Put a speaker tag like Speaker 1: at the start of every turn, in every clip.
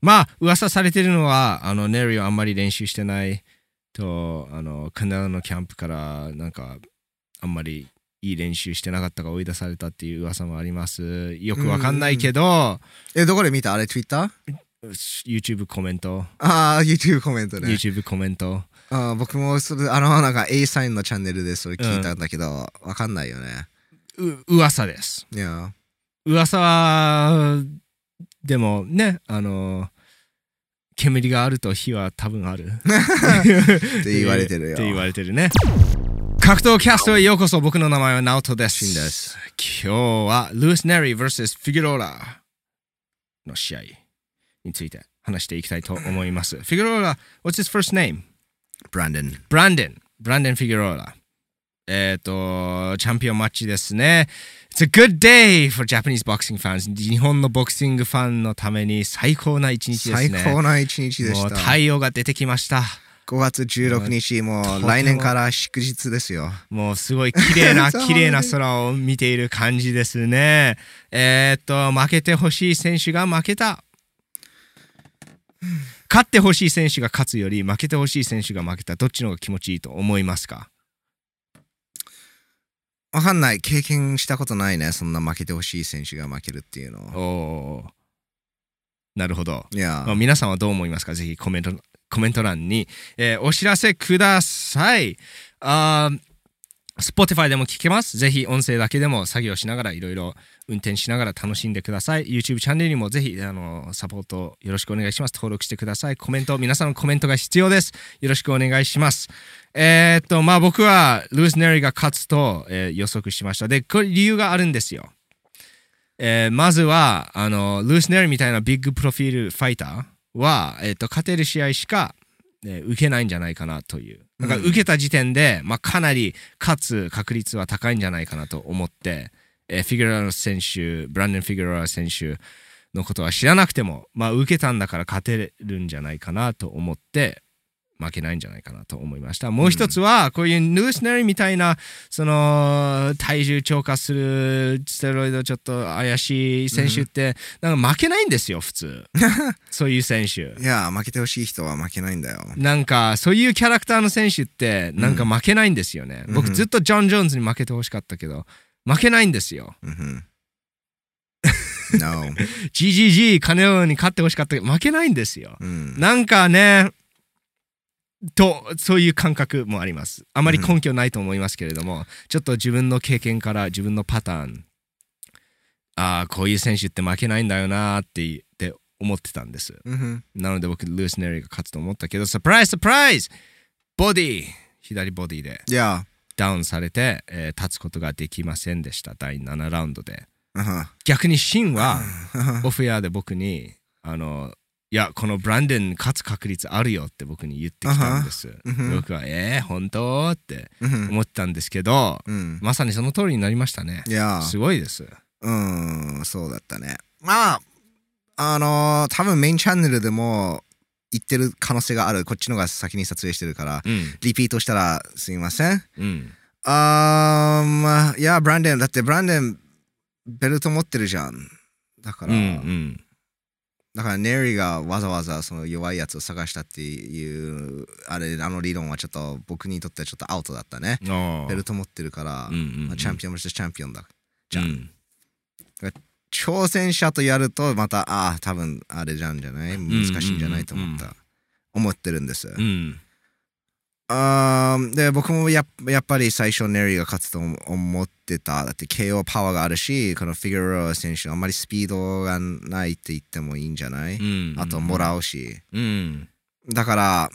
Speaker 1: まあ、噂されてるのは、あの、ネリーはあんまり練習してないと、あの、カナダのキャンプから、なんか、あんまりいい練習してなかったから追い出されたっていう噂もあります。よくわかんないけど、
Speaker 2: え、どこで見たあれ、Twitter?
Speaker 1: YouTube コメント、
Speaker 2: ああ、YouTube コメントね。
Speaker 1: YouTube コメント。
Speaker 2: あー僕もそれ、あの、なんか A サインのチャンネルでそれ聞いたんだけど、わ、かんないよね。
Speaker 1: う、噂です。
Speaker 2: いや。
Speaker 1: 噂はでもねあの煙があると火は多分ある
Speaker 2: って言われてるよ。
Speaker 1: って言われてるね格闘キャストへようこそ僕の名前はナオトです
Speaker 2: シンです
Speaker 1: 今日はルース・ネリー vs フィギュローラの試合について話していきたいと思いますフィギュローラ What's his first name?
Speaker 2: ブランデン。
Speaker 1: ブランデン、ブランデン・フィギュローラ。えっ、と、チャンピオンマッチですね。It's a good day for Japanese boxing fans. 日本のボクシングファンのために最高な一日です
Speaker 2: 最
Speaker 1: ね。
Speaker 2: 高な一日で
Speaker 1: も
Speaker 2: し
Speaker 1: う
Speaker 2: た。
Speaker 1: 太陽が出てきました。
Speaker 2: 5月16日、もう来年から祝日ですよ。
Speaker 1: もうすごい綺麗な
Speaker 2: そう
Speaker 1: 綺麗な空を見ている感じですね。えーっと負けてほしい選手が負けた。勝ってほしい選手が勝つより負けてほしい選手が負けたどっちの方が気持ちいいと思いますか
Speaker 2: わかんない。経験したことないね。そんな負けてほしい選手が負けるっていうの。
Speaker 1: おーなるほど、
Speaker 2: いや
Speaker 1: まあ、、皆さんはどう思いますかぜひコメントコメント欄に、えーお知らせくださいあー Spotify でも聞けますぜひ音声だけでも作業しながらいろいろ運転しながら楽しんでください YouTube チャンネルにもぜひあのサポートよろしくお願いします登録してくださいコメント皆さんのコメントが必要ですよろしくお願いしますえーっとまあ僕はルース・ネリーが勝つと、えー予測しましたでこれ理由があるんですよえーまずはあのルース・ネルみたいなビッグプロフィールファイターは、えー、と勝てる試合しか、えー受けないんじゃないかなというだから
Speaker 2: うん
Speaker 1: 受けた時点で、まあ、かなり勝つ確率は高いんじゃないかなと思って、えーフィギュラー選手ブランデン・フィギュラー選手のことは知らなくても、まあ、受けたんだから勝てるんじゃないかなと思って負けないんじゃないかなと思いましたもう一つは、こういうルース・ネルみたいなその体重超過するステロイドちょっと怪しい選手って、なんか負けないんですよ普 通そういう選手
Speaker 2: いや、負けてほしい人は負けないんだよ。
Speaker 1: なんかそういうキャラクターの選手ってなんか負けないんですよね、
Speaker 2: うん
Speaker 1: 僕ずっとジョン・ジョーンズに負けてほしかったけど負けないんですよ
Speaker 2: う んふん。no.
Speaker 1: GGG 金尾に勝ってほしかったけど負けないんですよ
Speaker 2: うん。
Speaker 1: なんかねとそういう感覚もありますあまり根拠ないと思いますけれども、ちょっと自分の経験から自分のパターンああこういう選手って負けないんだよなーってって思ってたんです
Speaker 2: うんふん
Speaker 1: なので僕ルース・ネリーが勝つと思ったけどサプライズサプライズボディ左ボディで
Speaker 2: いや、
Speaker 1: ダウンされて、えー立つことができませんでした第7ラウンドで
Speaker 2: うんふん
Speaker 1: 逆にシンは
Speaker 2: うんふん
Speaker 1: オフェアで僕にあのいやこのブランデン勝つ確率あるよって僕に言ってきたんです、
Speaker 2: うんふん
Speaker 1: 僕はえー、本当って
Speaker 2: うんふん
Speaker 1: 思ってたんですけど、
Speaker 2: うん。
Speaker 1: まさにその通りになりましたね
Speaker 2: いや、
Speaker 1: すごいです
Speaker 2: うーん、そうだったね。まあ、あのー多分メインチャンネルでも言ってる可能性がある。こっちのが先に撮影してるから、
Speaker 1: うん
Speaker 2: リピートしたらすいません。
Speaker 1: うん
Speaker 2: あーまあ、いや、ブランデン、だってブランデン、ベルト持ってるじゃん。だか
Speaker 1: うん
Speaker 2: ら、
Speaker 1: うん
Speaker 2: だからネリーがわざわざその弱いやつを探したっていう、あれ、あの理論はちょっと僕にとってはちょっとアウトだったね。
Speaker 1: あ
Speaker 2: ベルト持ってるから、まあチャンピオンもしてチャンピオンだ。じゃん
Speaker 1: ん
Speaker 2: 挑戦者とやるとまたああ多分あれじゃんじゃない難しいんじゃないと思った、
Speaker 1: う
Speaker 2: 思ってるんです、
Speaker 1: うん
Speaker 2: あーで僕もややっぱり最初ネリーが勝つと思思ってただって KO パワーがあるしこのフィギュロア選手あんまりスピードがないって言ってもいいんじゃない、
Speaker 1: うん
Speaker 2: あともらうし
Speaker 1: うん
Speaker 2: だから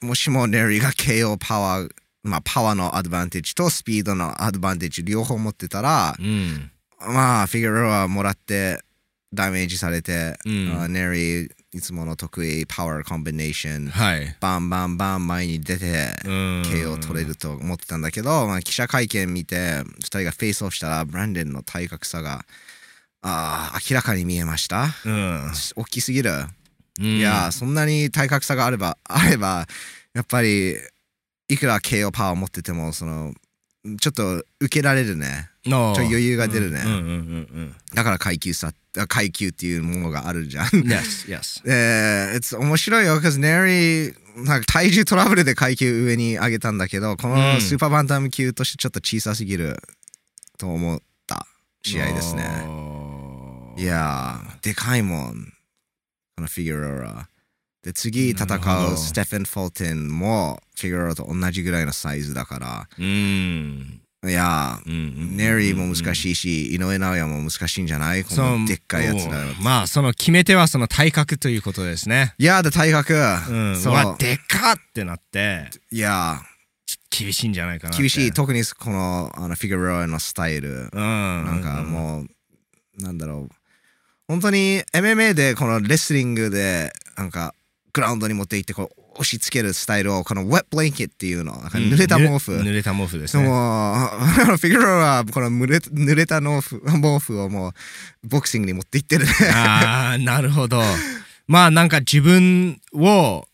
Speaker 2: もしもネリーが KO パワーまあパワーのアドバンテージとスピードのアドバンテージ両方持ってたら、
Speaker 1: うん
Speaker 2: まあ、フィギュロアもらって、ダメージされて、
Speaker 1: うん
Speaker 2: あネリー、いつもの得意、パワーコンビネーション、
Speaker 1: はい
Speaker 2: バンバンバン前に出て、
Speaker 1: うん
Speaker 2: KO 取れると思ってたんだけど、まあ、記者会見見て、2人がフェイスオフしたら、ブランデンの体格差が、あー明らかに見えました。
Speaker 1: うん
Speaker 2: 大きすぎる。
Speaker 1: い
Speaker 2: いやー、そんなに体格差があれば、あれば、やっぱり、いくら KO パワー持ってても、その、ちょっと受けられるね。
Speaker 1: ちょ
Speaker 2: ちょっと余裕が出るね
Speaker 1: うんうんうん
Speaker 2: だから階級差って階級っていうものがあるじゃん。
Speaker 1: Yes, yes.
Speaker 2: えー、it's 面白いよ、because Nary なんか体重トラブルで階級上に上げたんだけど、こ
Speaker 1: うん
Speaker 2: のスーパーバンタム級としてちょっと小さすぎると思った 試合ですね。
Speaker 1: おー
Speaker 2: いやー、でかいもん、このフィギュアラ。で、次戦
Speaker 1: なるほど
Speaker 2: うステフェン・フォルテンもフィギュアラと同じぐらいのサイズだか
Speaker 1: うん。
Speaker 2: ら、いや
Speaker 1: う
Speaker 2: ー、
Speaker 1: ん。
Speaker 2: ネリーも難しいし、井上尚弥も難しいんじゃないこ
Speaker 1: そ
Speaker 2: の
Speaker 1: う
Speaker 2: でっかいやつだよ。
Speaker 1: おまあ、その決め手はその体格ということですね。
Speaker 2: いやー、で、体格、
Speaker 1: うん。
Speaker 2: そう
Speaker 1: うわ、でかってなって、
Speaker 2: いやー、
Speaker 1: き厳しいんじゃないかなって。
Speaker 2: 厳しい特にこのあのフィギュアのスタイル
Speaker 1: うん。な
Speaker 2: なんかもうなんだろう本当に MMA でこのレスリングでなんかグラウンドに持って行ってこう押し付けるスタイルをこのウェットブレンケットっていうのなんか濡れた毛布、
Speaker 1: うん濡れた毛布です
Speaker 2: で も
Speaker 1: ね。
Speaker 2: あのフィギュアはこの濡れ濡れた毛布毛布をもうボクシングに持って行ってるね
Speaker 1: ああ、なるほど。まあなんか自分を、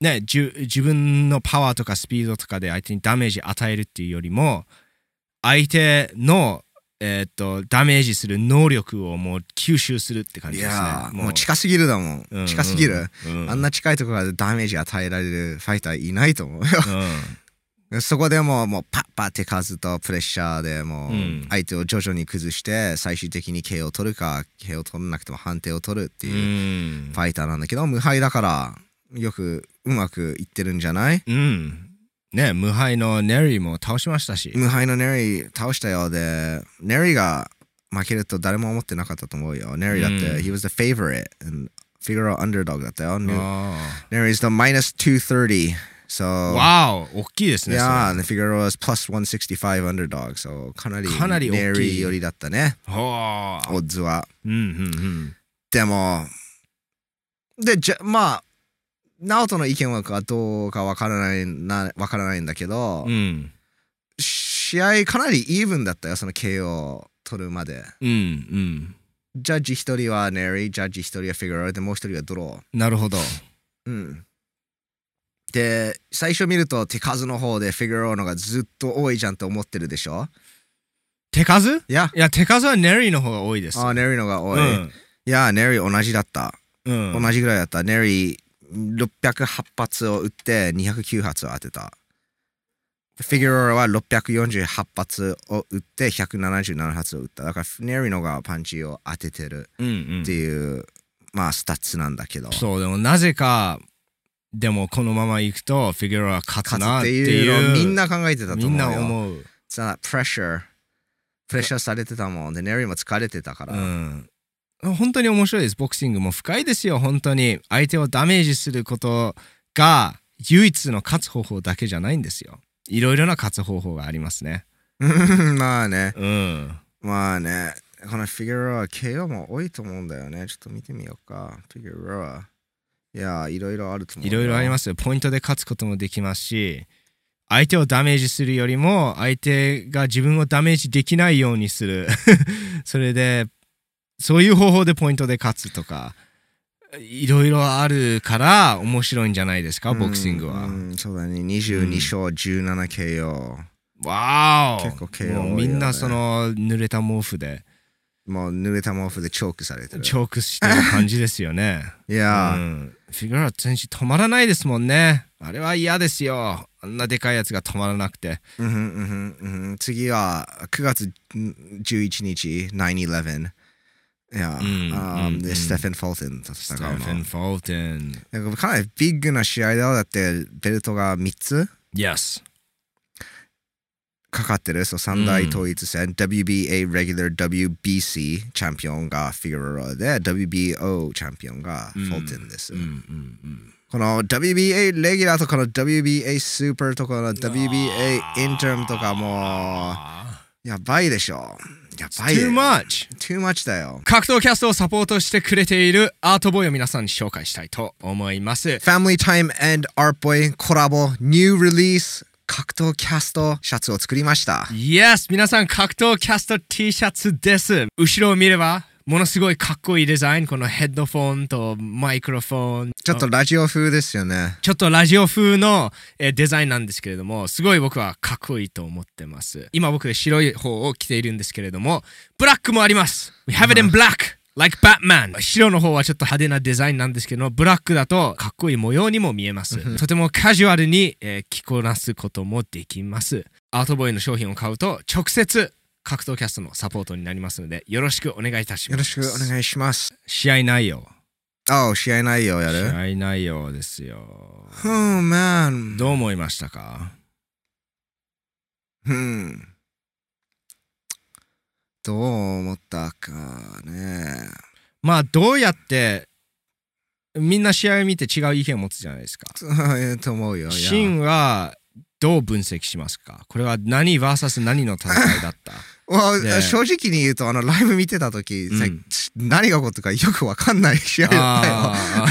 Speaker 1: ね、じゅ自分のパワーとかスピードとかで相手にダメージ与えるっていうよりも、相手の、えーっとダメージする能力をもう吸収するって感
Speaker 2: い
Speaker 1: じですね。
Speaker 2: やーもう近すぎるだもん、
Speaker 1: うん
Speaker 2: 近すぎる、
Speaker 1: うん
Speaker 2: あんな近いところでダメージ与えられるファイターいないと思うよ
Speaker 1: う
Speaker 2: そこでもうもうパッパって数とプレッシャーでもう
Speaker 1: うん
Speaker 2: 相手を徐々に崩して最終的に KO を取るか KO を取らなくても判定を取るって
Speaker 1: ん。う
Speaker 2: いうんフ。ァイターなんだけど無敗だからよくうまくいってるんじゃない
Speaker 1: うん。ね、無敗のネリーも倒しましたし。
Speaker 2: 無敗のネリー倒したようでネリーが負けると誰も思ってなかったと思うよネリーだって、
Speaker 1: うん
Speaker 2: He was the favorite and figure out underdog だったよネ
Speaker 1: あ
Speaker 2: リー is the minus 230 so
Speaker 1: あ。わお、大きいですね。それ
Speaker 2: Yeah, and the Figueroa is plus 165 underdog. So かなり
Speaker 1: かなり大きい
Speaker 2: ネリー寄りだったね、
Speaker 1: ほ
Speaker 2: オッズは。
Speaker 1: う。うんうん
Speaker 2: でも、で、じゃまあ、ナオトの意見はどうかわからないなわからないんだけど、
Speaker 1: うん。うん。
Speaker 2: 試合かなりイーブンだったよ、その KO を取るまで。
Speaker 1: うんうん。
Speaker 2: ジャッジ一人はネリー、ジャッジ一人はフィギュアで、もう一人はドロ
Speaker 1: なるほど。
Speaker 2: ー。うん。で、最初見ると手数の方でフィギュアのがずっと多いじゃんって思ってるでしょ
Speaker 1: 手数
Speaker 2: いや、
Speaker 1: いや、手数はネリーの方が多いです。
Speaker 2: あー、ネリーのが多い。
Speaker 1: うん
Speaker 2: いやー、ネリー同じだった。
Speaker 1: うん。
Speaker 2: 同じぐらいだった。ネリー608発を打って209発を当てた。フィギュアは648発を打って177発を打った。だからネリーのがパンチを当ててる
Speaker 1: うんうん
Speaker 2: っていう、まあスタッツなんだけど。
Speaker 1: そう、でもなぜか、でもこのまま行くと、フィギュアは勝つ
Speaker 2: 勝つ
Speaker 1: な
Speaker 2: っ
Speaker 1: ってて
Speaker 2: いうの
Speaker 1: い
Speaker 2: を
Speaker 1: う。
Speaker 2: みんな考えてたと思うよ。
Speaker 1: みんな思う。
Speaker 2: さあ、プレッシャー。プレッシャーされてたもん。で、ネリーも疲れてたから。
Speaker 1: うん。本当に面白いです。ボクシングも深いですよ、本当に。相手をダメージすることが唯一の勝つ方法だけじゃないんですよ。いろいろな勝つ方法がありますね。
Speaker 2: まあね。
Speaker 1: うん。
Speaker 2: まあね、このフィギュアは KO も多いと思うんだよね。ちょっと見てみようか。フィギュアは。いやー、いろいろあると思う。。
Speaker 1: いろいろありますすよ。ポイントで勝つこともできますし、相手をダメージするよりも、相手が自分をダメージできないようにする。 それで、そういう方法でポイントで勝つとか、いろいろあるから面白いんじゃないですか、ボクシングは。
Speaker 2: うん、そうだね。22勝 17KO。
Speaker 1: わお
Speaker 2: 結構 KO
Speaker 1: もう
Speaker 2: 多
Speaker 1: み
Speaker 2: いよね
Speaker 1: んなその濡れた毛布で
Speaker 2: もう濡れた毛布でチョークされてる。
Speaker 1: チョークしてる感じですよ ね。
Speaker 2: いうやー、
Speaker 1: ん、フィギュア全身止まらないですもんね。あれは嫌ですよ。あんなでかいやつが止まらなくて。
Speaker 2: うんふんうんふんうんふん次は9月11日、9-11。いやー、
Speaker 1: うん
Speaker 2: あー
Speaker 1: うんう
Speaker 2: で、
Speaker 1: ん
Speaker 2: ステフェン・フォルテンと
Speaker 1: ス
Speaker 2: 戦
Speaker 1: テフ
Speaker 2: う
Speaker 1: ェン・
Speaker 2: の。
Speaker 1: フォルテン。
Speaker 2: なんかかなりビッグな試合だよ。だって、ベルトが3つ
Speaker 1: Yes。
Speaker 2: かかってる、そう三大統一戦、WBA regular WBC チャンピオンがフィギュアで、WBO チャンピオンがフォルテンです。
Speaker 1: うんうん
Speaker 2: この WBA レギュラーとこの WBA スーパーとこの
Speaker 1: う
Speaker 2: WBA
Speaker 1: わ
Speaker 2: インタームとかも
Speaker 1: あ
Speaker 2: うやばいでしょ。や
Speaker 1: ー
Speaker 2: ばいよ。
Speaker 1: Too much!
Speaker 2: Too much だよ。
Speaker 1: 格闘キャストをサポートしてくれているアートボーイを皆さんに紹介したいと思います。
Speaker 2: Family Time and Art Boy コラボ、ニューリリース、格闘キャストシャツを作りました。
Speaker 1: Yes! 皆さん、格闘キャスト T シャツです。後ろを見れば、ものすごいかっこいいデザイン。このヘッドフォンとマイクロフォン。
Speaker 2: ちょっとラジオ風ですよね。
Speaker 1: ちょっとラジオ風の、えーデザインなんですけれども、すごい僕はかっこいいと思ってます。今僕白い方を着ているんですけれども、ブラックもあります。We have it in black! Like Batman 白の方はちょっと派手なデザインなんですけどブラックだとかっこいい模様にも見えますとてもカジュアルに、えー着こなすこともできますアートボーイの商品を買うと直接格闘キャストのサポートになりますのでよろしくお願いいたし
Speaker 2: よ
Speaker 1: ま
Speaker 2: ろ
Speaker 1: す
Speaker 2: しくお願いします。
Speaker 1: 試合内容
Speaker 2: あ、試合内容や
Speaker 1: 試
Speaker 2: る
Speaker 1: 合内容ですよ
Speaker 2: Oh, man.
Speaker 1: どう思いましたか
Speaker 2: うん。どう思ったかね。
Speaker 1: まあどうやってみんな試合を見て違う意見を持つじゃないですか
Speaker 2: そうと思うよ。いや
Speaker 1: シンはどう分析しますかこれは何 VS 何の戦いだった
Speaker 2: わ
Speaker 1: ね
Speaker 2: 正直に言うと、あの、ライブ見てた時、
Speaker 1: うん
Speaker 2: さ何が起こったかよくわかんない試合だったよ。
Speaker 1: あ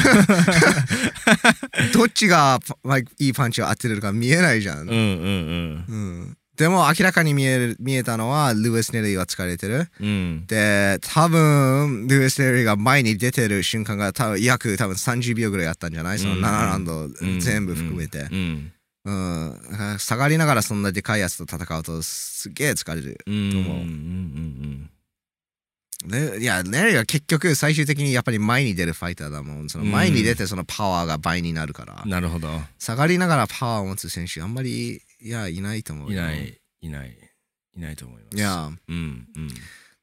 Speaker 1: ー
Speaker 2: どっちが、まあ、いいパンチを当てれるか見えないじゃ。
Speaker 1: うんんうん
Speaker 2: うんでも明らかに見える見えたのは、ルイス・ネリーが疲れてる。
Speaker 1: うんうん
Speaker 2: で、多分、ルイス・ネリーが前に出てる瞬間が多分約多分30秒ぐらいあったんじゃないその
Speaker 1: うん
Speaker 2: 7ラウンド
Speaker 1: うん
Speaker 2: 全部含めて。
Speaker 1: うん
Speaker 2: うん、だから下がりながらそんなでかいやつと戦うとすげえ疲れる。
Speaker 1: うんうんうん
Speaker 2: 思う
Speaker 1: うん
Speaker 2: ね、いや、ネリーは結局最終的にやっぱり前に出るファイターだもん。その前に出てそのパワーが倍になるから
Speaker 1: うん。なるほど
Speaker 2: 下がりながらパワーを持つ選手あんまり、いや、いないと思う
Speaker 1: い
Speaker 2: よ
Speaker 1: ないいないいないと思います
Speaker 2: いや、
Speaker 1: うんうん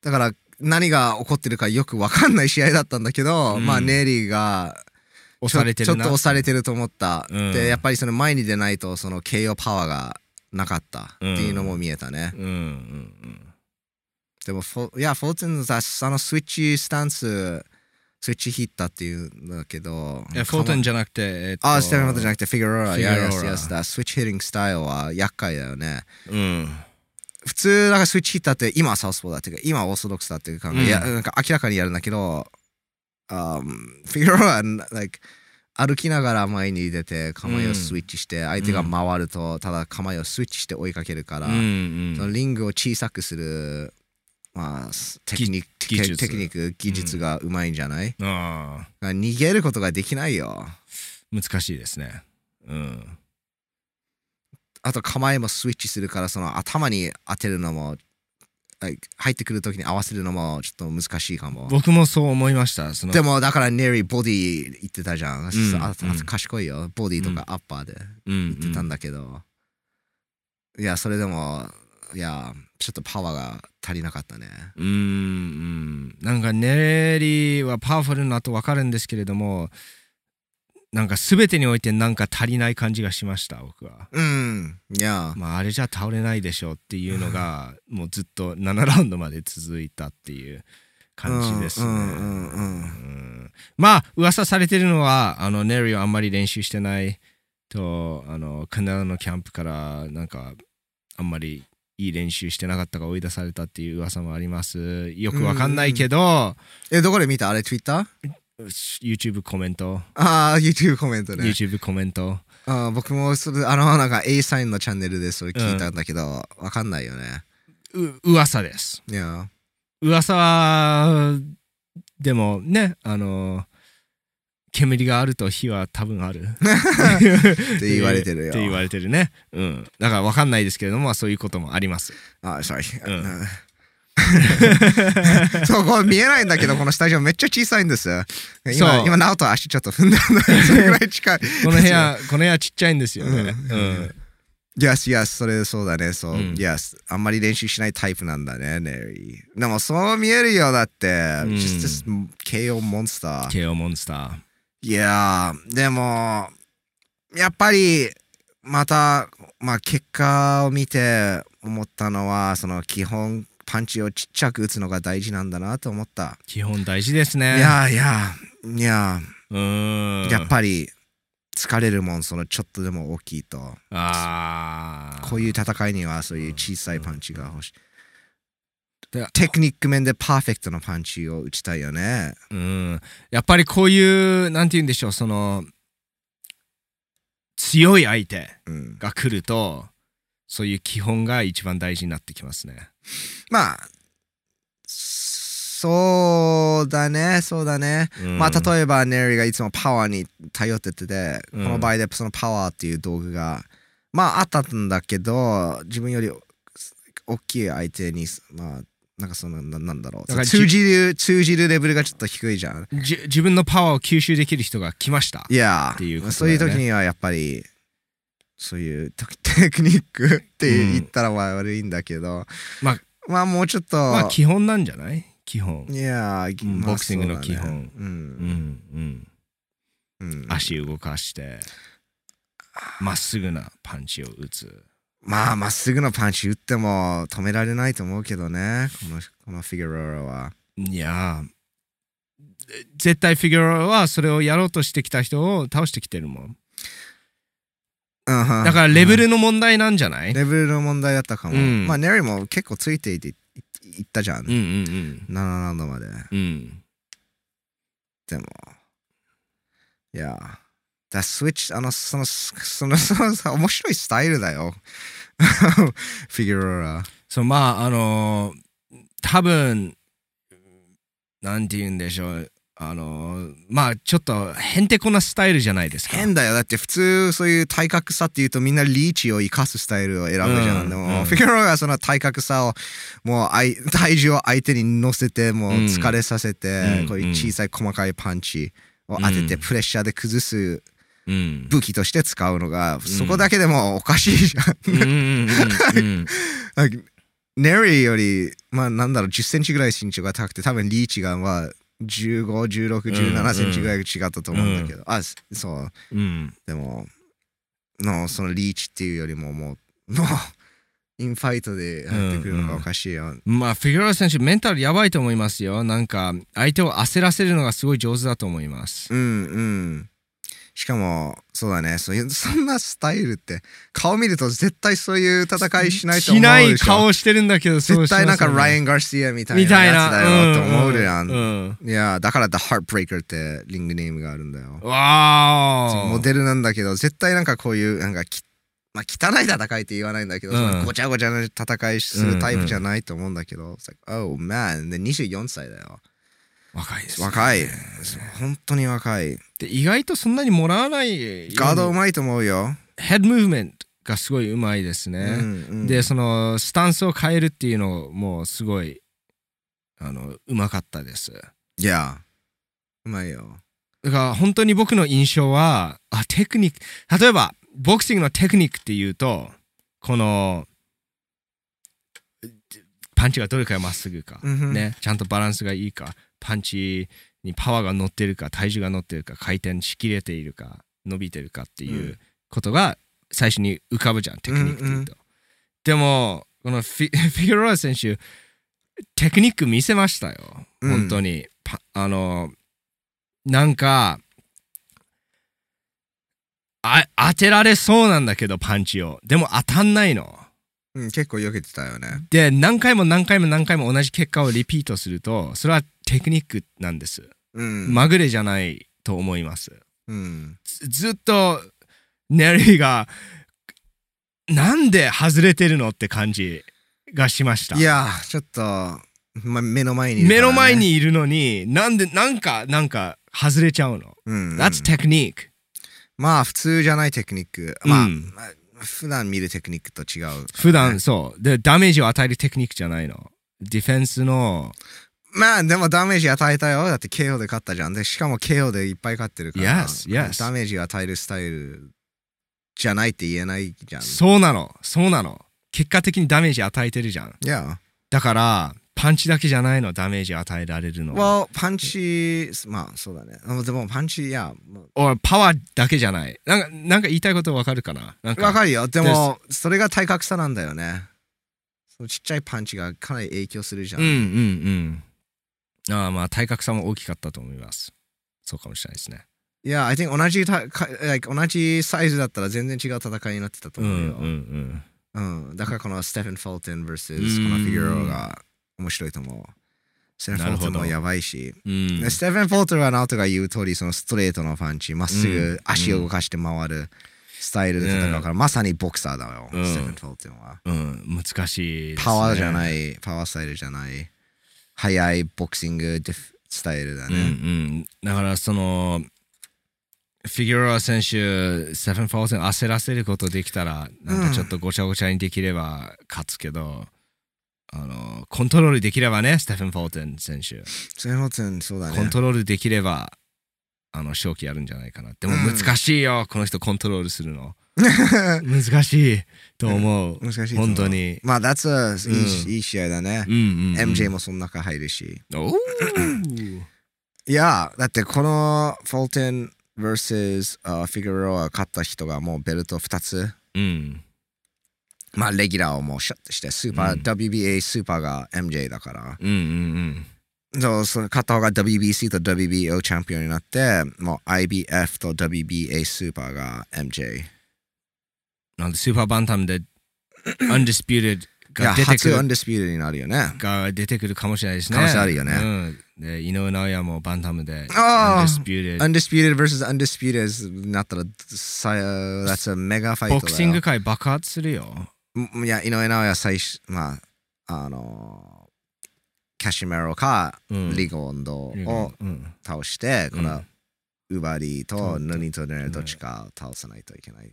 Speaker 2: だから何が起こってるかよくわかんない試合だったんだけど、
Speaker 1: うん
Speaker 2: まあ、ネリーがち
Speaker 1: 押
Speaker 2: ょ
Speaker 1: されてる
Speaker 2: ちょ
Speaker 1: な
Speaker 2: っと押されてると思った、
Speaker 1: うん
Speaker 2: でやっぱりその前に出ないとその KO パワーがなかったっていうのも見えたね、
Speaker 1: うんうんうん
Speaker 2: でもフォいやフォーツンのさあのスイッチスタンススイッチヒッターっていうんだけど
Speaker 1: えフォートン
Speaker 2: じ
Speaker 1: じゃなくてえっと
Speaker 2: ああステファンじゃなくてフィギュア
Speaker 1: フ
Speaker 2: ラ
Speaker 1: ィギュ
Speaker 2: や
Speaker 1: アロ
Speaker 2: や
Speaker 1: ー
Speaker 2: す
Speaker 1: ラ
Speaker 2: やすだスイッチヒッティングスタイルは厄介だよね
Speaker 1: うん
Speaker 2: 普通だからスイッチヒッターって今はサウスポーだっていうか今はオーソドックスだっていうか、
Speaker 1: うん
Speaker 2: いやなんか明らかにやるんだけど、um, フィギュアは like 歩きながら前に出て構えをスイッチして、相手が回るとただ構えをスイッチして追いかけるから、
Speaker 1: うんうん
Speaker 2: そのリングを小さくする、まあ、テクニック
Speaker 1: 技術
Speaker 2: テクニック技術がうまいんじゃない、
Speaker 1: あ
Speaker 2: だから逃げることができないよ
Speaker 1: ー難しいですねうん
Speaker 2: あと構えもスイッチするからその頭に当てるのも like 入ってくるときに合わせるのもちょっと難しいかも
Speaker 1: 僕もそう思いましたその
Speaker 2: でもだからネリーボディ言ってたじゃん、ああ
Speaker 1: うん
Speaker 2: 賢いよボディとかアッパーで
Speaker 1: 言
Speaker 2: 言ってたんだけど、いやそれでもいやちょっとパワーが足りなかったね
Speaker 1: うーんなんかネリーはパワフルなと分かるんですけれどもなんか全てにおいてなんか足りない感じがしました僕は。
Speaker 2: うんいや
Speaker 1: まあ、あれじゃ倒れないでしょうっていうのがもうずっと7ラウンドまで続いたっていう感じですね。
Speaker 2: うんうんうんうん
Speaker 1: うんまあ噂されてるのはあのネリーはあんまり練習してないとあのカナダのキャンプからなんかあんまりいい練習してなかったから追い出されたっていう噂もあります。よくわかんないけど、
Speaker 2: えどこで見たあれ Twitter?
Speaker 1: YouTube コメント、
Speaker 2: ああ YouTube コメントね
Speaker 1: YouTube コメント。
Speaker 2: あー僕もそれあのなんか A サインのチャンネルでそれ聞いたんだけど、わかんないよね
Speaker 1: う噂です。
Speaker 2: いや
Speaker 1: 噂はでもねあの煙があると火は多分ある
Speaker 2: って言われてるよ
Speaker 1: って言われてるねうんだから分かんないですけれどもまあそういうこともあります
Speaker 2: あ、sorry、
Speaker 1: う
Speaker 2: そう、こう見えないんだけど、このスタジオめっちゃ小さいんです。
Speaker 1: そ
Speaker 2: 今、
Speaker 1: う
Speaker 2: 今、ナオト足ちょっと踏んだんだけどそれぐらい近い。
Speaker 1: この部 屋この部屋ちっちゃいんですよねう
Speaker 2: う
Speaker 1: んん、
Speaker 2: Yes, yes, それそうだね、そう。
Speaker 1: うん
Speaker 2: Yes, あんまり練習しないタイプなんだね、ネリー。でも、そう見えるよ、だって。
Speaker 1: ん
Speaker 2: Just this KO モンスター。
Speaker 1: 慶応モンスタ
Speaker 2: いやー、でも、やっぱり、また、まあ、結果を見て思ったのは、その基本、パンチをちっちゃく打つのが大事なんだなと思った。
Speaker 1: ー基本大事ですね
Speaker 2: いやいやいや、
Speaker 1: うん
Speaker 2: やっぱり疲れるもんそのちょっとでも大きいと
Speaker 1: ああ
Speaker 2: こういう戦いにはそういう小さいパンチが欲しい
Speaker 1: で
Speaker 2: テクニック面でパーフェクトなパンチを打ちたいよね
Speaker 1: うん、やっぱりこういうなんて言うんでしょうその強い相手
Speaker 2: うん
Speaker 1: が来るとそういう基本が一番大事になってきますね。
Speaker 2: まあそうだねそうだね、まあ
Speaker 1: え
Speaker 2: 例えばネリーがいつもパワーに頼っててで、
Speaker 1: うん
Speaker 2: この場合でそのパワーっていう道具がまああったんだけど自分より大きい相手にまあなんかそのななんだろ
Speaker 1: だか
Speaker 2: う
Speaker 1: ら
Speaker 2: 通じる通じるレベルがちょっと低いじゃん
Speaker 1: じゅ自分のパワーを吸収できる人が来ました
Speaker 2: いやー
Speaker 1: っていうことだよね
Speaker 2: そういう時にはやっぱりそういうテクテクニックって言ったらまあ悪いんだけど、
Speaker 1: まあ
Speaker 2: まあもうちょっと、
Speaker 1: まあ基本なんじゃない基本
Speaker 2: いやー、
Speaker 1: うん
Speaker 2: まあ
Speaker 1: ボクシングの
Speaker 2: そうだね
Speaker 1: 基本
Speaker 2: う
Speaker 1: うんん
Speaker 2: うん
Speaker 1: うん足動かしてまっすぐなパンチを打つ
Speaker 2: まあまっすぐのパンチ打っても止められないと思うけどねこのこのフィギュローはい
Speaker 1: やー絶対フィギュアはそれをやろうとしてきた人を倒してきてるもん
Speaker 2: うんはん
Speaker 1: だからレベルの問題なんじゃない
Speaker 2: レベルの問題だったかも、
Speaker 1: うん
Speaker 2: まあネリも結構ついていっていいったじゃ
Speaker 1: う
Speaker 2: ん、
Speaker 1: んうん
Speaker 2: 7ラウンドまで
Speaker 1: うんうん
Speaker 2: でもいやだスイッチあのそのそのその面白いスタイルだよ フィギュローラ
Speaker 1: そうまああのー多分なんて言うんでしょうあのーまあちょっとへんてこなスタイルじゃないですか
Speaker 2: 変だよだって普通そういう体格差っていうとみんなリーチを生かすスタイルを選ぶじゃん、
Speaker 1: うん
Speaker 2: で
Speaker 1: う
Speaker 2: も、
Speaker 1: ん
Speaker 2: フィギュローがその体格差をもうあい 体重を相手に乗せてもう疲れさせて、
Speaker 1: うん
Speaker 2: こういう小さい細かいパンチを当てて
Speaker 1: うん
Speaker 2: プレッシャーで崩す
Speaker 1: うん
Speaker 2: 武器として使うのが、そこだけでもおかしいじゃん
Speaker 1: うんうんうんうん
Speaker 2: なんかネリーより、まあなんだろう、10センチぐらい身長が高くて、多分リーチがまあ15、16、17センチぐらい違ったと思うんだけど、あ、そそう、
Speaker 1: うんうん
Speaker 2: でも、の、そのリーチっていうよりももう、の、インファイトで入ってくるのがおかしいよ。
Speaker 1: まあ、フィギュア選手、メンタルやばいと思いますよ。なんか、相手を焦らせるのがすごい上手だと思います。
Speaker 2: うん、うん。しかも、そうだね、そういう、そんなスタイルって、顔見ると絶対そういう戦いしない
Speaker 1: し
Speaker 2: と思うでしょ。
Speaker 1: ない顔してるんだけど、そう
Speaker 2: 絶対なんかライ
Speaker 1: ン
Speaker 2: アン・ガルシアみたい
Speaker 1: み
Speaker 2: な
Speaker 1: たい
Speaker 2: やつだ
Speaker 1: な。
Speaker 2: よと思うじゃん
Speaker 1: う。ん。
Speaker 2: いやーだから The Heartbreaker ってリングネームがあるんだよ。
Speaker 1: わ
Speaker 2: モデルなんだけど絶対なんかこういうなんかき、まあ、汚い戦いって言わないんだけど、
Speaker 1: うん
Speaker 2: そのごちゃごちゃな戦いするタイプじゃないと思うんだけど、It's like, Oh man で24歳だよ。
Speaker 1: お若いですね。
Speaker 2: 若い。そう本当に若い。
Speaker 1: で意外とそんなにもらわない。
Speaker 2: ガードうまいと思うよ。
Speaker 1: ヘッドムーブメントがすごいうまいです
Speaker 2: う
Speaker 1: ね。
Speaker 2: んうん
Speaker 1: で、その、スタンスを変えるっていうのも、すごい、あの、うまかったです。
Speaker 2: いやうまいよ。
Speaker 1: だから本当に僕の印象はあテクニック例えばボクシングのテクニックっていうとこのパンチがどれくらいまっすぐか、
Speaker 2: うんうん
Speaker 1: ね、ちゃんとバランスがいいかパンチにパワーが乗ってるか体重が乗ってるか回転しきれているか伸びてるかっていううことが最初に浮かぶじゃんテクニックっていうと。でもこのフィ フィギュアロア選手テクニック見せましたよ
Speaker 2: うん
Speaker 1: 本当に、パあのなんかあ当てられそうなんだけどパンチをでも当たんないの
Speaker 2: うん、結構避けてたよね。
Speaker 1: で何回も何回も何回も同じ結果をリピートするとそれはテクニックなんです
Speaker 2: うん。
Speaker 1: まぐれじゃないと思います
Speaker 2: うん、
Speaker 1: ずずっとネリーがなんで外れてるのって感じがしました
Speaker 2: いやちょっと、ま、目の前にいるか
Speaker 1: 目
Speaker 2: らね、
Speaker 1: の前にいるのになんでなんかなんか外れちゃうの、
Speaker 2: うん、うん
Speaker 1: That's technique
Speaker 2: まあ普通じゃないテクニック。まあ、
Speaker 1: うん
Speaker 2: まあ普段見るテクニックと違う。
Speaker 1: 普段そうでダメージを与えるテクニックじゃないのディフェンスの
Speaker 2: まあでもダメージ与えたよ。だって KO で勝ったじゃん。で、しかも KO でいっぱい勝ってるから。
Speaker 1: Yes, yes.
Speaker 2: ダメージ与えるスタイルじゃないって言えないじゃん。
Speaker 1: そうなのそうなの結果的にダメージ与えてるじゃん
Speaker 2: いや。
Speaker 1: だからパンチだけじゃないのダメージ与えられるのは
Speaker 2: Well, パンチ、まあそうだね。あのでもパンチ、いや、ま
Speaker 1: Or パワーだけじゃないなんかなんか言いたいことわかるかななん
Speaker 2: あわ
Speaker 1: か
Speaker 2: かるよ。でも、それが体格差なんだよね。そのちっちゃいパンチがかなり影響するじゃ
Speaker 1: うんうんうんああまあ体格差も大きかったと思いますそうかもしれないですね
Speaker 2: いや、I think 同じたか、like 同じサイズだったら全然違う戦いになってたと
Speaker 1: うん
Speaker 2: 思
Speaker 1: う
Speaker 2: うよ。
Speaker 1: ん
Speaker 2: うん、だからこのステファン・フォルテン vs
Speaker 1: うん
Speaker 2: このフィギュアが面白いと思う。ステファン・フォルテンもやばいし、
Speaker 1: うんうん
Speaker 2: ステファン・フォルテンはナオトが言う通り、そのストレートのパンチ、まっす
Speaker 1: うん
Speaker 2: ぐ足を動かして回るスタイルで戦うから、まさにボクサーだよ、
Speaker 1: うん
Speaker 2: ステファン・フォルテンは。
Speaker 1: うん、難しいですね、
Speaker 2: パワーじゃない、パワースタイルじゃない、速いボクシングディフスタイルだ
Speaker 1: うんう
Speaker 2: ね。
Speaker 1: ん、だからそのフィギュア選手セフン・ファーセン焦らせることできたらなんかちょっとごちゃごちゃにできれば勝つけど、あのコントロールできればね、ステフェン・フォルテン選手。
Speaker 2: センホツン、そうだね。
Speaker 1: コントロールできれば、あの、勝機やるんじゃないかな。でも
Speaker 2: うん
Speaker 1: 難しいよ、この人コントロールするの。難しいと思う。
Speaker 2: 難しいと思う
Speaker 1: 本当。に。
Speaker 2: まあ、that's a いいし
Speaker 1: うん
Speaker 2: いい試合だね
Speaker 1: う。んうん、うん。
Speaker 2: MJ もその中入るし。
Speaker 1: おー
Speaker 2: いや、だってこのフォルテン vs あフィガロア勝った人がもうベルト2つ。
Speaker 1: うん。
Speaker 2: まあ、レギュラーをもうシャッとして、スーパー、
Speaker 1: うん
Speaker 2: WBA スーパーが MJ だから。
Speaker 1: うんうんうん。
Speaker 2: そう、その片方が WBC と WBO チャンピオンになって、もう IBF と WBA スーパーが MJ。
Speaker 1: なんで、スーパーバンタム で、Undisputed
Speaker 2: いや、
Speaker 1: が出てく
Speaker 2: 初
Speaker 1: る
Speaker 2: アンディスピュードになるよね。
Speaker 1: が出てくるかもしれないですね。
Speaker 2: 可能性あるよね
Speaker 1: うん、で井上尚弥もバンタムで、
Speaker 2: あー
Speaker 1: Undisputed
Speaker 2: Undisputed vs. Undisputed になったら、さ that's a メガファイト
Speaker 1: ボ
Speaker 2: だよ。
Speaker 1: クシング界爆発するよ。
Speaker 2: んいや、井上尚弥最初、まあ、あのー、カシメロか、
Speaker 1: うん
Speaker 2: リゴンド
Speaker 1: うん
Speaker 2: を
Speaker 1: うん
Speaker 2: 倒して、こ
Speaker 1: う
Speaker 2: の
Speaker 1: ん
Speaker 2: ウバリー
Speaker 1: と
Speaker 2: とヌニとネルどっちかを倒さないといけない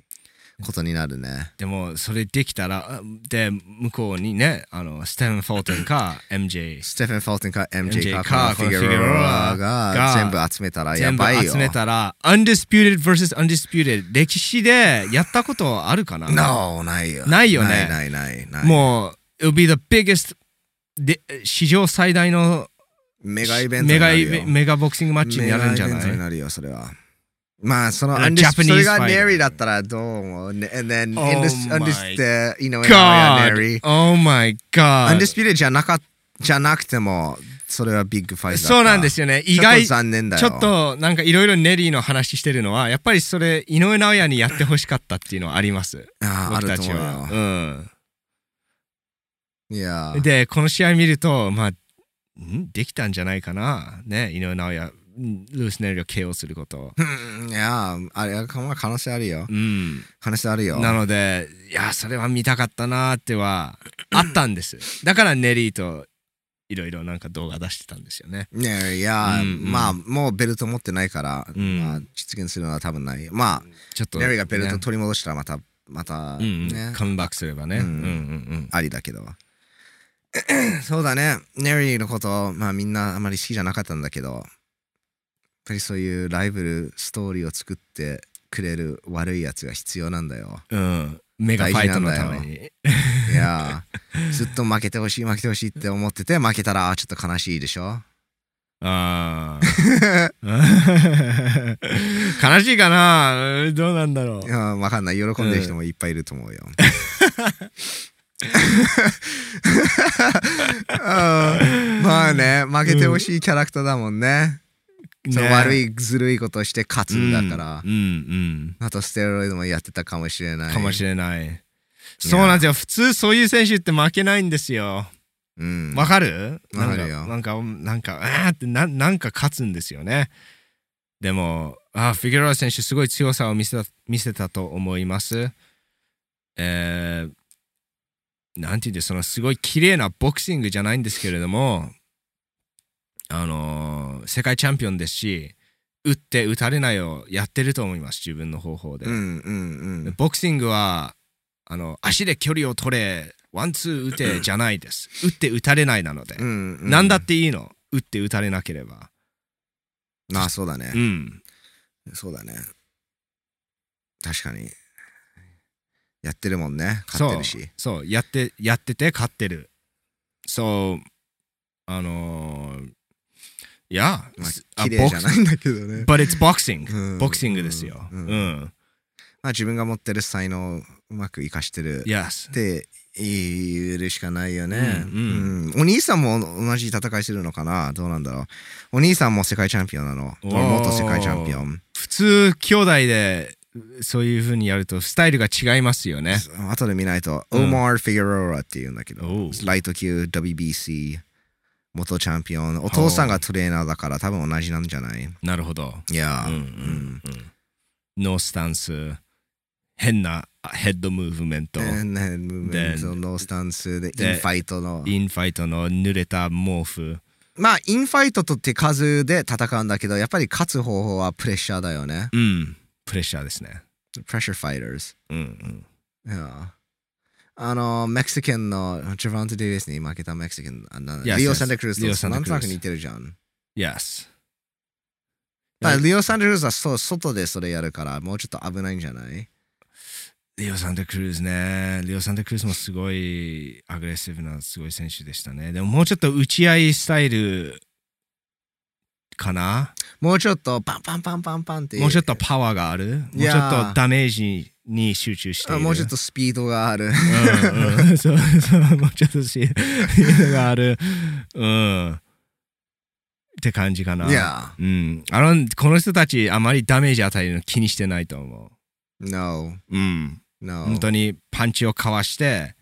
Speaker 2: ことになるね。
Speaker 1: でもそれできたらあで向こうにねあのステン・フォルトンか MJ
Speaker 2: ステフェン・フォルテンか
Speaker 1: MJ
Speaker 2: MJ
Speaker 1: か
Speaker 2: か
Speaker 1: こ
Speaker 2: フ
Speaker 1: の
Speaker 2: ィギュロアが
Speaker 1: フィ
Speaker 2: 全
Speaker 1: ギュ
Speaker 2: 部集めたらや
Speaker 1: 全部
Speaker 2: ばいよ
Speaker 1: 集。めたら Undisputed vs. Undisputed 歴史でやったことあるかな、
Speaker 2: No, ないよ。
Speaker 1: ないよね
Speaker 2: ないないないない。
Speaker 1: もう It'll be the biggest で史上最大の
Speaker 2: メガイベントになるよ
Speaker 1: メガイベメガボクシングマッチになるんじゃ
Speaker 2: メガイベントに
Speaker 1: ない
Speaker 2: なるよ、それは。まあ、その、
Speaker 1: あの
Speaker 2: Undis-
Speaker 1: Japanese
Speaker 2: それが
Speaker 1: fighter
Speaker 2: ネリーだったらどう思うね ?And then,
Speaker 1: Oh
Speaker 2: in
Speaker 1: my
Speaker 2: this, under, the, you know,
Speaker 1: God!
Speaker 2: ネリー。
Speaker 1: Oh my god!
Speaker 2: Undisputed じゃなか、じゃなくても、それはビッグファイトだった。
Speaker 1: そうなんです
Speaker 2: よ。
Speaker 1: よね。意
Speaker 2: 意外
Speaker 1: 外、ち
Speaker 2: 残念だよ。
Speaker 1: ょっとなんかいろいろネリーの話してるのは、やっぱりそれ、井上尚弥にやってほしかったっていうのはあります。
Speaker 2: あー、あ
Speaker 1: 僕
Speaker 2: る
Speaker 1: た
Speaker 2: と
Speaker 1: ち
Speaker 2: 思う
Speaker 1: は
Speaker 2: よ。。いや
Speaker 1: うん。で、この試合見ると、まあ、んできたんじゃないかな。ね、井上尚弥、んルース・ネリーを KO すること。
Speaker 2: うんいやー、あれ、可能性あるよ
Speaker 1: う。ん。
Speaker 2: 可能性あるよ。
Speaker 1: なので、いや、それは見たかったなーっては、あったん です。だからネリーといろいろなんか動画出してたんですよね。
Speaker 2: ねえいやー、
Speaker 1: うんうん
Speaker 2: まあもうベルト持ってないから、
Speaker 1: うん
Speaker 2: まあ、実現するのは多分ないま
Speaker 1: ちょっ
Speaker 2: あ
Speaker 1: と、
Speaker 2: ネリーがベル
Speaker 1: ね
Speaker 2: ト取り戻したらまたまた
Speaker 1: う
Speaker 2: ね、
Speaker 1: んうん、カムバックすればね。う
Speaker 2: うんん
Speaker 1: うんうん。
Speaker 2: ありだけど そうだねネリーのことまあみんなあまり好きじゃなかったんだけどやっぱりそういうライブルストーリーを作ってくれる悪いやつが必要なんだ よ
Speaker 1: うん、メガファイトのために。
Speaker 2: いやーずっと負けてほしい負けてほしいって思ってて負けたらあーちょっと悲しいでしょ
Speaker 1: あ ー悲しいかなうんどうなんだろう
Speaker 2: い。やわかんない喜んでる人もいっぱいいると思うよ。うん まあね負けてほしいキャラクターだもんね。その悪
Speaker 1: い
Speaker 2: いずるいことをして勝つんだから
Speaker 1: う。んうん
Speaker 2: あとステロイドもやってたかもしれ
Speaker 1: う、
Speaker 2: なんい。
Speaker 1: かもしれない。そうなんですよ。普通そういう選手って負けないんですよ。
Speaker 2: うん。
Speaker 1: わかる
Speaker 2: わかるよ
Speaker 1: なんか、なんか、なんかあーってな、なんか勝つんですよね。でも、あーフィギュアロア選手、すごい強さを見せた見せたと思います。えーなんていうんでそのすごい綺麗なボクシングじゃないんですけれども、あのー世界チャンピオンですし、打って打たれないをやってると思います、自分の方法で。
Speaker 2: うんうん
Speaker 1: ボクシングはあの足で距離を取れワンツー打てじゃない です打って打たれないなので、
Speaker 2: うん。うん、うん
Speaker 1: 何だっていいの打って打たれなければ
Speaker 2: まあそうだね
Speaker 1: う。ん
Speaker 2: そうだね。確かに。やってるもんね。
Speaker 1: そう
Speaker 2: 勝ってるし。
Speaker 1: そうやってやってて勝ってるそうあのー、いや、
Speaker 2: ま
Speaker 1: す
Speaker 2: あ綺麗じゃないんだけどね。
Speaker 1: あボクシ but it's boxing、
Speaker 2: うん
Speaker 1: ボクシングですよう、
Speaker 2: うんんまあ、自分が持ってる才能をうまく生かしてる
Speaker 1: yes
Speaker 2: って言えるしかないよね、
Speaker 1: うんうん
Speaker 2: うんお兄さんも同じ戦いするのかなどうなんだろうお兄さんも世界チャンピオンなの
Speaker 1: おー
Speaker 2: 元世界チャンピオン
Speaker 1: 普通兄弟でそういう風にやるとスタイルが違いますよね
Speaker 2: 後で見ないと、
Speaker 1: うん
Speaker 2: オマール・フィギュローラっていうんだけ
Speaker 1: お
Speaker 2: ど
Speaker 1: う
Speaker 2: ライト級 WBC 元チャンピオンお父さんがトレーナーだから多分同じなんじゃない
Speaker 1: なるほど
Speaker 2: いや
Speaker 1: うん
Speaker 2: ー、
Speaker 1: うんうんノースタンス変なあヘッドムーブメント、
Speaker 2: うんねムーブメント
Speaker 1: で
Speaker 2: ノースタンスでイ
Speaker 1: で
Speaker 2: ンファイトの
Speaker 1: インファイトの濡れた毛布
Speaker 2: まあインファイトと手数で戦うんだけどやっぱり勝つ方法はプレッシャーだよね
Speaker 1: うんプレッシャーですね
Speaker 2: プレッシャーファイターズ
Speaker 1: うん
Speaker 2: いやあの、メキシカンの、ジャバント・デイビスに負けたメキシカン、あの
Speaker 1: Yes,
Speaker 2: リオ・
Speaker 1: yes.
Speaker 2: サンタクルー
Speaker 1: Leo
Speaker 2: ズと
Speaker 1: Santa
Speaker 2: なんとなく
Speaker 1: Cruz
Speaker 2: 似てるじゃん。
Speaker 1: Yes.
Speaker 2: だから
Speaker 1: はい
Speaker 2: リオ・サンタクルーズはそう外でそれやるから、もうちょっと危ないんじゃない
Speaker 1: リオ・サンタクルーズね。リオ・サンタクルーズもすごいアグレッシブなすごい選手でしたね。でももうちょっと打ち合いスタイルかな
Speaker 2: もうちょっとパンパンパンパンパンって。
Speaker 1: もうちょっとパワーがあるもうちょっ
Speaker 2: Yeah.
Speaker 1: とダメージに集中してい
Speaker 2: あ
Speaker 1: る
Speaker 2: もうちょっとスピードがある。
Speaker 1: うんうん そうそう、もうちょっとし、いうのがある。うん。って感じかな。
Speaker 2: い や、
Speaker 1: うん。あの、この人たち、あまりダメージ与えるの気にしてないと思
Speaker 2: No,
Speaker 1: う。うん。
Speaker 2: no.
Speaker 1: 本当にパンチをかわして、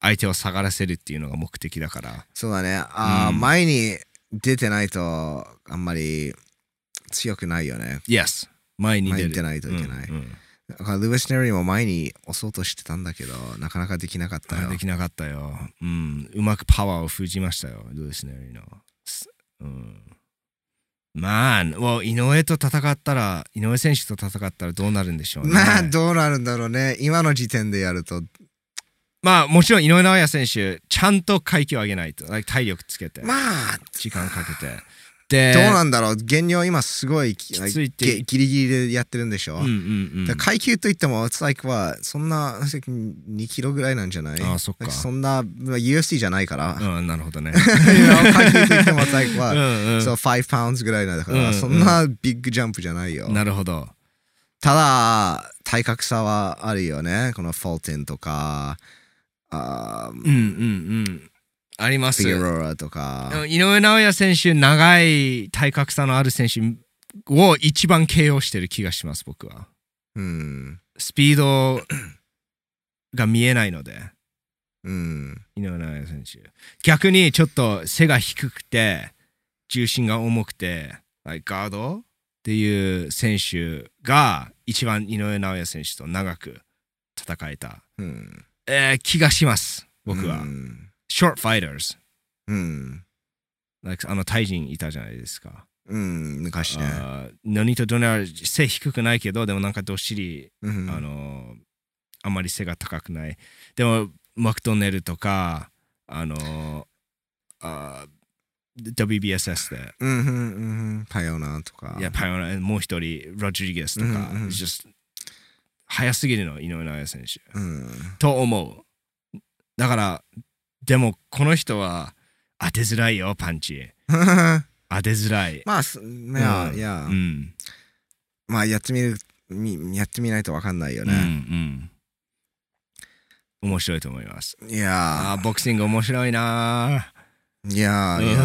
Speaker 1: 相手を下がらせるっていうのが目的だから。
Speaker 2: そうだね。あー
Speaker 1: うん
Speaker 2: 前に出てないと、あんまり強くないよね。
Speaker 1: Yes。前に出
Speaker 2: 前
Speaker 1: る。
Speaker 2: に出ないといけない。
Speaker 1: うんうん
Speaker 2: だから、ルイス・ネリーも前に押そうとしてたんだけど、なかなかできなかったよ。
Speaker 1: できなかったよ。うん。うまくパワーを封じましたよ、ルース・ネリーの。すうん。まあ、well 井上と戦ったら、井上選手と戦ったらどうなるんでしょうね。
Speaker 2: まあ、どうなるんだろうね。今の時点でやると。
Speaker 1: まあ、もちろん井上尚弥選手、ちゃんと階級を上げないと。like 体力つけて、
Speaker 2: まあ、
Speaker 1: 時間かけて。で、
Speaker 2: どうなんだろう。現状今すごい、き
Speaker 1: ついって
Speaker 2: ぎギリギリでやってるんでしょ。
Speaker 1: うんうんう
Speaker 2: だ
Speaker 1: ん
Speaker 2: から。階級といっても、it's like は、そんな、2キロぐらいなんじゃない
Speaker 1: ああそっか
Speaker 2: なんそんな、まあ UFC じゃないから。
Speaker 1: うん、なるほどね。
Speaker 2: 階級といっても、it's like
Speaker 1: う
Speaker 2: は、
Speaker 1: んうん
Speaker 2: そう、5パウンドぐらいなんだから、
Speaker 1: うん
Speaker 2: そんなビッグジャンプじゃないよ。
Speaker 1: なるほど。
Speaker 2: ただ、体格差はあるよね。このフォルテンとか、あー
Speaker 1: うんうんうん。あります
Speaker 2: フィゲローラとか。
Speaker 1: 井上尚弥選手、長い体格差のある選手を一番 KO してる気がします、僕は。
Speaker 2: うん。
Speaker 1: スピードが見えないので、
Speaker 2: うん。
Speaker 1: 井上尚弥選手。逆にちょっと背が低くて、重心が重くて、like ガードっていう選手が一番井上尚弥選手と長く戦えた、
Speaker 2: うん。
Speaker 1: えー気がします、僕は。
Speaker 2: うん。
Speaker 1: short fighters、
Speaker 2: うん。
Speaker 1: like あのタイ人いたじゃないですか。
Speaker 2: うん、昔ね。
Speaker 1: あーノニーとドネア背低くないけどでもなんかどっしり、
Speaker 2: うん
Speaker 1: あのーあんまり背が高くないでもマクドネルとかあのーあー WBSS で
Speaker 2: うんうんうんうん。パヨナとか。
Speaker 1: いやパイオナもう一人ロドリゲスとか、
Speaker 2: うんうんうん
Speaker 1: just 早すぎるの井上尚弥選手
Speaker 2: うん。
Speaker 1: と思うだからでもこの人は当てづらいよパンチ当てづらい、
Speaker 2: まあ、すいや、
Speaker 1: うん
Speaker 2: いや
Speaker 1: う、ん
Speaker 2: まあ、やってみる、みやってみないとわかんないよね。
Speaker 1: うんうん、面白いと思います。
Speaker 2: いや
Speaker 1: あーボクシング面白いなー
Speaker 2: いや
Speaker 1: うん
Speaker 2: ーいやい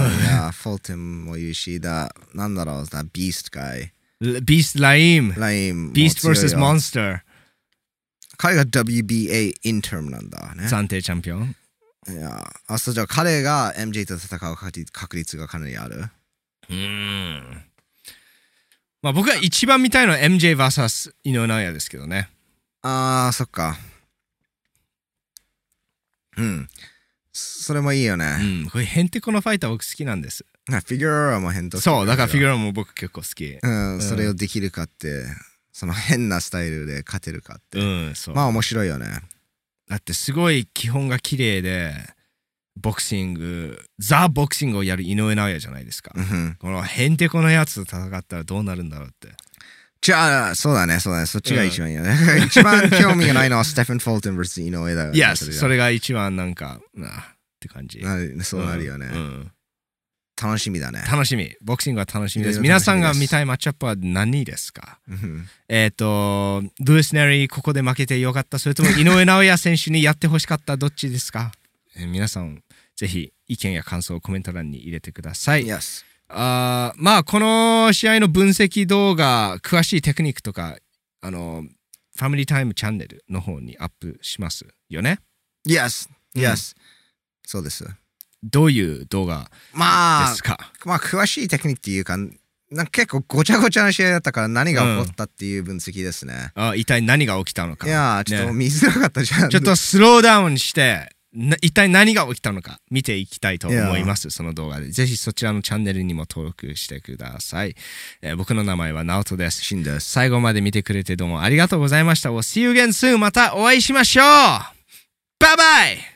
Speaker 2: や、フォルテンもいるし、だ、なんだろう、だ、ビーストガイ。
Speaker 1: L- ビースト・ライム、
Speaker 2: ラインも強
Speaker 1: ビ
Speaker 2: いよ。
Speaker 1: ースト vs モンスター、
Speaker 2: 彼が WBA インタームなんだね。
Speaker 1: 暫定チャンピオン。
Speaker 2: いやー、あ、そうじゃあ彼が MJ と戦う確率確率がかなりある。
Speaker 1: うんまあ、僕が一番見たいのは MJVS 井上尚弥ですけどね。
Speaker 2: あー、そっか。うん。それもいいよ
Speaker 1: う
Speaker 2: ね。
Speaker 1: ん、これヘンテコのファイター僕好きなんです。
Speaker 2: なフィギュアも変動
Speaker 1: そう、だからフィギ
Speaker 2: ュ
Speaker 1: ュアも僕結構好き。
Speaker 2: ア。う、
Speaker 1: うんん
Speaker 2: それをできるかって、その変なスタイルで勝てるかって。
Speaker 1: うん、そう。
Speaker 2: まあ面白いよね。
Speaker 1: だってすごい基本が綺麗で、ボクシング、ザ・ボクシングをやる井上尚弥じゃないですか。
Speaker 2: うん。
Speaker 1: このヘンテコのやつと戦ったらどうなるんだろうって。
Speaker 2: じゃあ、そうだね、そうだね。そっちが一番いいよね。一番興味がないのはステファン・フォルテン vs 井上だよね。
Speaker 1: いや、そ
Speaker 2: れ
Speaker 1: れが一番なんか、なあって感じ。
Speaker 2: なるそうなるよね。
Speaker 1: うんうん
Speaker 2: 楽しみだね。
Speaker 1: 楽しみ。ボクシングは楽しみです。
Speaker 2: いろいろ
Speaker 1: 皆
Speaker 2: 楽しみです
Speaker 1: さんが見たいマッチアップは何ですか
Speaker 2: うん
Speaker 1: えっ、と、ルース・ネリー、ここで負けてよかった。それとも井上尚弥選手にやってほしかった。どっちですか、えー皆さん、ぜひ意見や感想をコメント欄に入れてください。
Speaker 2: Yes.
Speaker 1: あーまあこの試合の分析動画詳しいテクニックとかあのファミリータイムチャンネルの方にアップしますよね
Speaker 2: Yes.
Speaker 1: うん
Speaker 2: Yes. そうです。
Speaker 1: どういう動画
Speaker 2: ま
Speaker 1: で
Speaker 2: あ
Speaker 1: す、か
Speaker 2: まあ、詳しいテクニックっていうか、なんか結構ごちゃごちゃな試合だったから何が起こったっていう分析ですね。
Speaker 1: あ一体何が起きたのか
Speaker 2: いやー、ちょっと
Speaker 1: ね
Speaker 2: 見づらかったじゃん。
Speaker 1: ちょっとスローダウンしてな一体何が起きたのか見ていきたいと思いますその動画でぜひそちらのチャンネルにも登録してください、えー僕の名前はナオトです
Speaker 2: しんです。
Speaker 1: 最後まで見てくれてどうもありがとうございました。We'll see you again soon. またお会いしましょうバイバイバイ